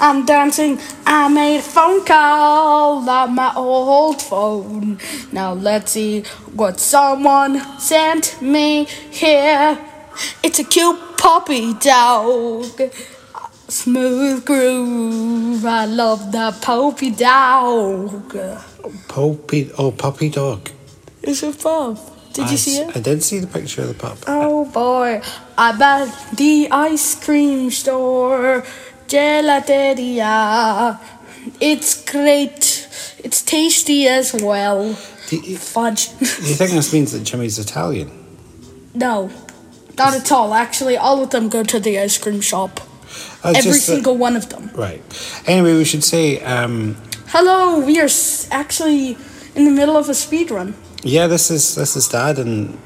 I'm dancing. I made a phone call on my old phone. Now let's see what someone sent me here. It's a cute puppy dog. Smooth groove. I love the puppy dog. Puppy, oh, puppy dog. It's a pup. Did I you s- see it? I did see the picture of the pup. Oh boy, I bet the ice cream store, gelateria. It's great. It's tasty as well. Do you, Fudge. do you think this means that Jimmy's Italian? no, not at all. Actually, all of them go to the ice cream shop. Every That's Oh, just uh, that- single one of them. right. Anyway, we should say, um, Hello, we are s- actually in the middle of a speed run. yeah, this is this is Dad and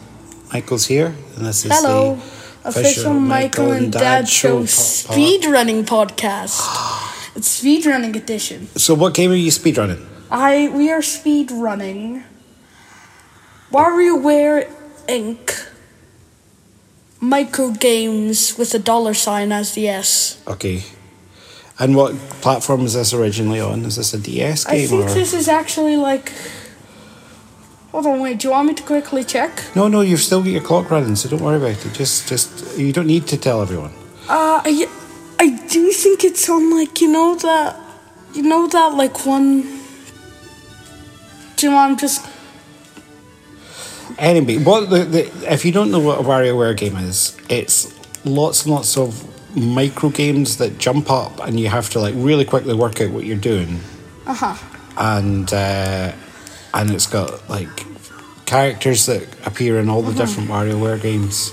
Michael's here, and this is Hello, the official Michael and Dad Show po- po- speed running podcast. It's speed running edition. So, what game are you speedrunning? I we are speed running. WarioWare Inc. Micro games with a dollar sign as the S. Okay. And what platform is this originally on? Is this a DS game I think or? this is actually like. Hold on, wait. Do you want me to quickly check? No, no, you've still got your clock running, so don't worry about it. Just, just you don't need to tell everyone. Uh, I, I do think it's on like you know that, you know that like one. Do you want? I'm just Anyway, what the, the if you don't know what a WarioWare game is, it's lots and lots of micro games that jump up, and you have to like really quickly work out what you're doing, uh huh. and uh, and it's got like characters that appear in all Mm-hmm. the different WarioWare games.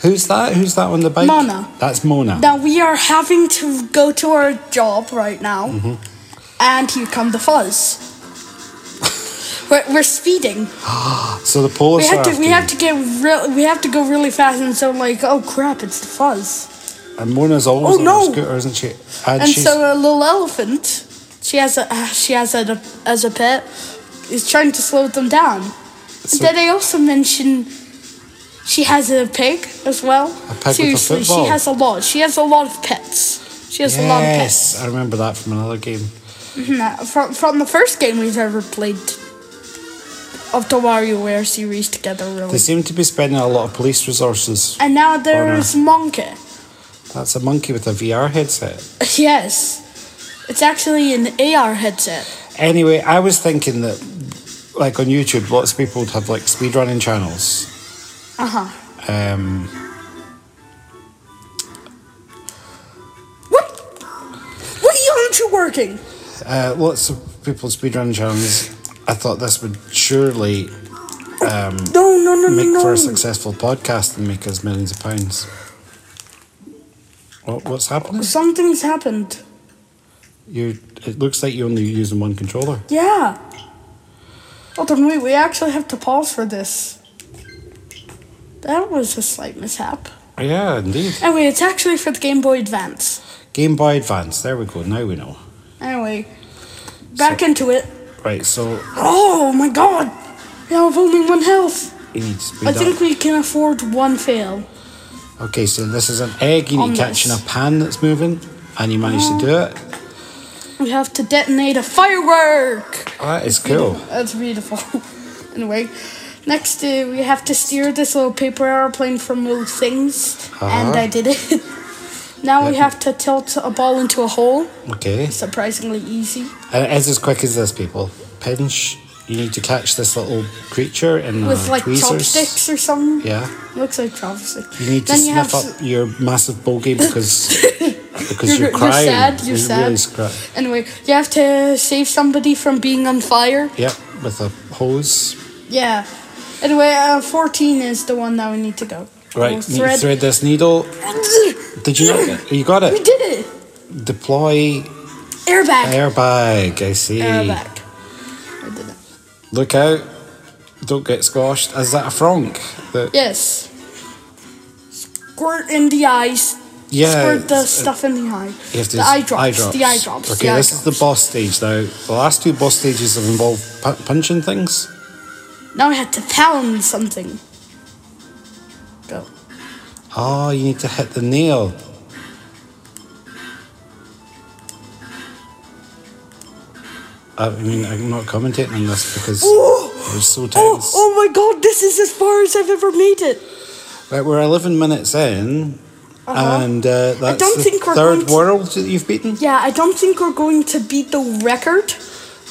Who's that? Who's that on the bike? Mona. That's Mona. Now we are having to go to our job right now, and here come the fuzz. we're, we're speeding. so the polar We have to surf we game. have to get real. We have to go really fast, and so like, oh crap, it's the fuzz. And Mona's always Oh, on no. her scooter, isn't she? And, And she's, so a little elephant, she has a uh, she has a as a pet, is trying to slow them down. So- and then I also mentioned she has a pig as well. A pig with a Seriously, she football. has a lot. She has a lot of pets. She has a lot of pets. yes, I remember that from another game. Nah, from from the first game we've ever played of the WarioWare series together, They really. seem to be spending a lot of police resources. And now there's Monkey. That's a monkey with a VR headset. Yes, it's actually an AR headset. Anyway, I was thinking that, like on YouTube, lots of people would have like speedrunning channels. Uh huh. Um, What? What E aren't you working? uh, lots of people speedrunning channels. I thought this would surely No, no, no, make no, for no. a successful podcast and make us millions of pounds. What, what's happening? Something's happened. You. It looks like you're only using one controller. Yeah. Hold on, wait. We actually have to pause for this. That was a slight mishap. Yeah, indeed. Anyway, it's actually for the Game Boy Advance. Game Boy Advance. There we go. Now we know. Anyway, back So- into it. Right. So Oh my god! We have only one health. you need to speed I up. think we can afford one fail. Okay, so this is an egg. You need Omelette. catching a pan that's moving, and you managed to do it. We have to detonate a firework! That is cool. That's beautiful. anyway, next uh, we have to steer this little paper airplane from little things, and Uh-huh. I did it. now we Yeah. have to tilt a ball into a hole. Okay, Surprisingly easy. and it is as quick as this, people. Pinch. You need to catch this little creature in With uh, like tweezers. chopsticks or something. Yeah, Looks like chopsticks. you need to sniff up your massive bogey because because You're- you're, you're crying. sad, you're sad. really scra- Anyway, you have to save somebody from being on fire. Yep, with a hose. Yeah. Anyway, uh, 14 is the one that we need to go. Right, We'll you need to thread this needle. Did you not get- You got We it. did it! Deploy Airbag! airbag. I see. Airbag. I did it. Look out. Don't get squashed. Is that a franc? The- Yes. Squirt in the eyes. Yeah, Squirt the it's- stuff in the eye. You have to the use eye drops, The eye drops. Okay, the eye this is the drops. boss stage now. The last two boss stages have involved pu- punching things. Now I had to pound something. Go. Ah, Oh, you need to hit the nail. Uh, I mean, I'm not commentating on this because Ooh. it was so Oh, tense. oh my god, this is as far as I've ever made it. Right, we're 11 minutes in, and uh, that's Uh-huh. don't the think we're going third to- world that you've beaten. Yeah, I don't think we're going to beat the record.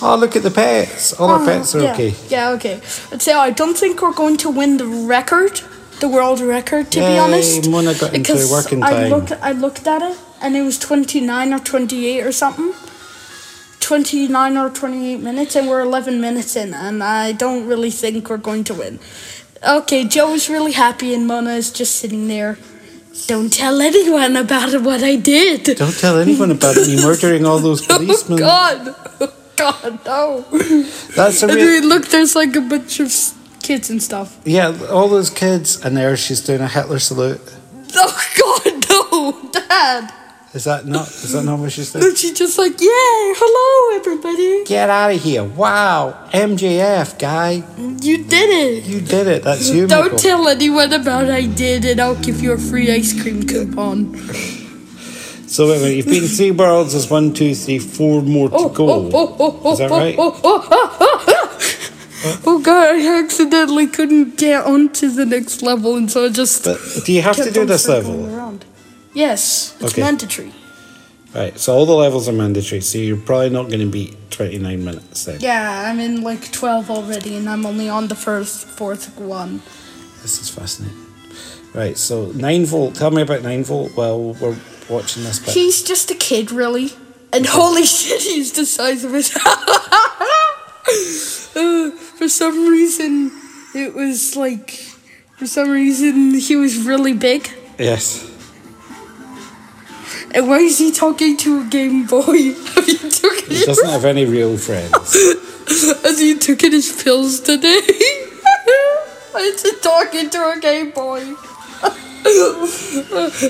Oh, look at the pets. All our Uh, pets are yeah, okay. Yeah, okay. So I don't think we're going to win the record, the world record, to be Yay, honest. Mona got into because working I time. looked, I looked at it, and it was twenty nine or twenty eight or something. Twenty nine or twenty eight minutes, and we're eleven minutes in, and I don't really think we're going to win. Okay, Joe is really happy, and Mona is just sitting there. Don't tell anyone about what I did. Don't tell anyone about me murdering all those Oh policemen. God! Oh God! No! That's a And we real. look, there's like a bunch of s- kids and stuff. Yeah, all those kids, and there she's doing a Hitler salute. Oh God, no, Dad! Is that not? Is that not what she's doing? And she's just like, yay, hello, everybody! Get out of here! Wow, MJF guy, You did it! you did it. That's you, Don't Michael. tell anyone about I did, and I'll give you a free ice cream coupon. so wait a minute. You've beaten three worlds. There's one, two, three, four more to Oh, go. oh, oh, oh, oh, Is that oh, right? oh, oh, oh, oh, oh. Oh God, I accidentally couldn't get onto the next level, and so I just But do you have to kept do on this circling level? around. Yes, it's Okay. mandatory. Right, so all the levels are mandatory, so you're probably not going to beat 29 minutes then. Yeah, I'm in like 12 already, and I'm only on the first, fourth one. This is fascinating. Right, so 9 volt, tell me about 9 volt while we're watching this bit. He's just a kid, really. And holy shit, he's the size of it. Uh, for some reason, it was like. For some reason, he was really big. Yes. And why is he talking to a Game Boy? Have you took He your- doesn't have any real friends. Has he taken his pills today? why is he talking to a Game Boy? and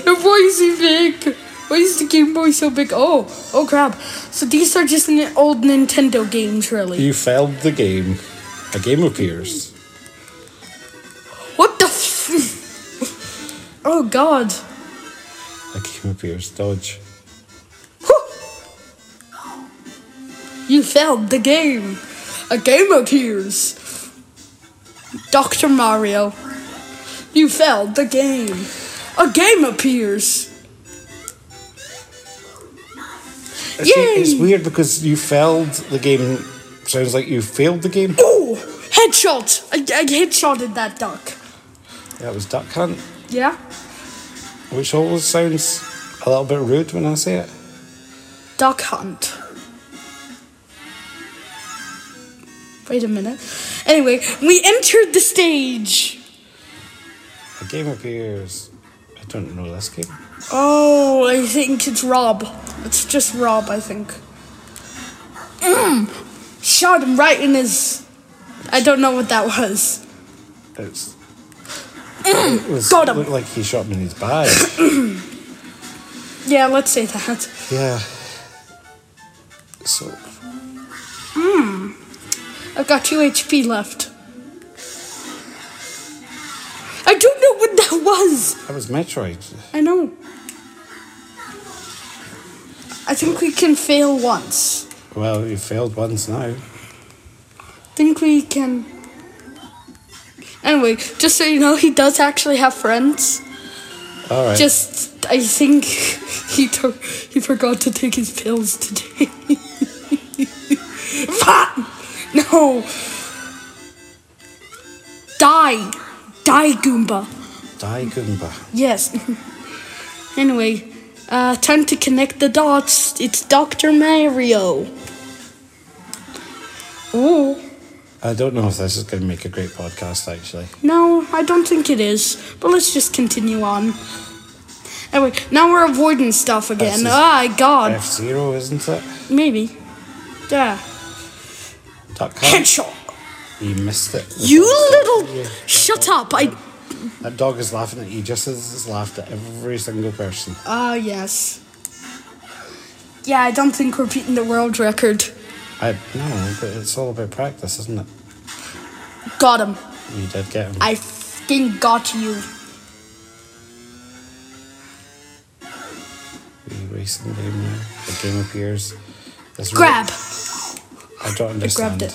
why is he big? Why is the Game Boy so big? Oh, oh crap. So these are just n- old Nintendo games, really. you failed the game. A game appears. What the f- Oh god. A game appears. Dodge. Whew. You failed the game. A game appears. Dr. Mario. You failed the game. A game appears. It's, it's Yay! weird because you failed the game. Sounds like you failed the game. Oh! Headshot! I, I headshotted that duck. That was Duck Hunt, Yeah? which always sounds a little bit rude when I say it. Duck Hunt. Wait a minute. Anyway, we entered the stage. A game appears. I don't know this game. Oh, I think it's Rob. It's just Rob, I think. Mm. Shot him right in his. I don't know what that was. It's. It was, got him. Looked like he shot him in his back. Yeah, let's say that. yeah. So I've got 2 HP left. I don't know what that was. that was Metroid. I know. I think we can fail once. Well, you failed once now. think we can. Anyway, just so you know, he does actually have friends. All right. Just, I think he took, he forgot to take his pills today. Fuck! No! Die! Die, Goomba! Die Goomba. Yes. anyway, uh, time to connect the dots. It's Dr. Mario. Oh, Ooh. I don't know if this is going to make a great podcast. Actually, No, I don't think it is. But let's just continue on. Anyway, now we're avoiding stuff again. is- Ah, God. F Zero isn't it? Maybe. Yeah. Duck Hunt. Headshot! you missed it. You little. Shut up! I. That dog is laughing at you just as it's laughed at every single person. Ah, yes. Yeah, I don't think we're beating the world record. I no, but it's all about practice, isn't it? Got him. You did get him. I fing got you. uh, We racing game now. The game appears. This Grab! I don't I grabbed understand. it.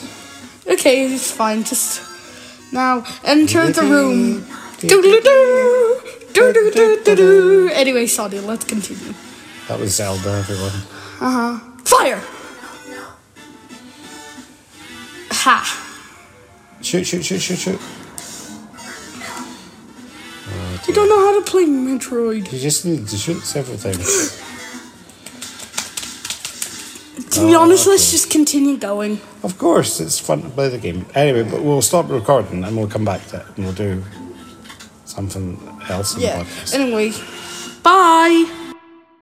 Okay, it's fine. Just now enter the room. Doo-doo-doo, doo-doo-doo-doo-doo. Anyway, sorry, let's continue. That was Zelda, everyone. Uh huh. Fire! Ha! Shoot, shoot, shoot, shoot, shoot. I don't know how to play Metroid. You just needed to shoot several times. To be honest, let's just continue going. of course, it's fun to play the game. Anyway, but we'll stop recording and we'll come back to it and we'll do something else in the Yeah. podcast. Anyway, bye!